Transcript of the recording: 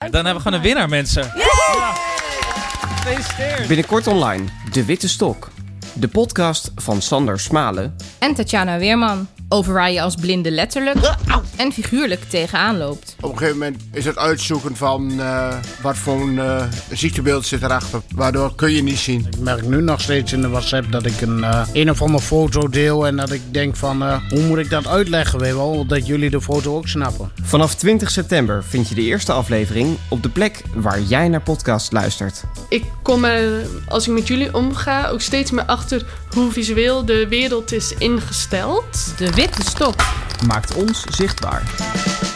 Dan hebben we gewoon een winnaar, mensen. Ja. Gefeliciteerd. Binnenkort online, De Witte Stok. De podcast van Sander Smalen En Tatjana Weerman. Over waar je als blinde letterlijk en figuurlijk tegenaan loopt. Op een gegeven moment is het uitzoeken van eh, wat voor een eh, ziektebeeld zit erachter. Waardoor kun je niet zien. Ik merk nu nog steeds in de WhatsApp dat ik een, eh, een of andere foto deel. En dat ik denk van, eh, hoe moet ik dat uitleggen, weet je wel? Dat jullie de foto ook snappen. Vanaf 20 september vind je de eerste aflevering op de plek waar jij naar podcast luistert. ik kom er, als ik met jullie omga, ook steeds meer achter hoe visueel de wereld is ingesteld. De witte stok. maakt ons zichtbaar.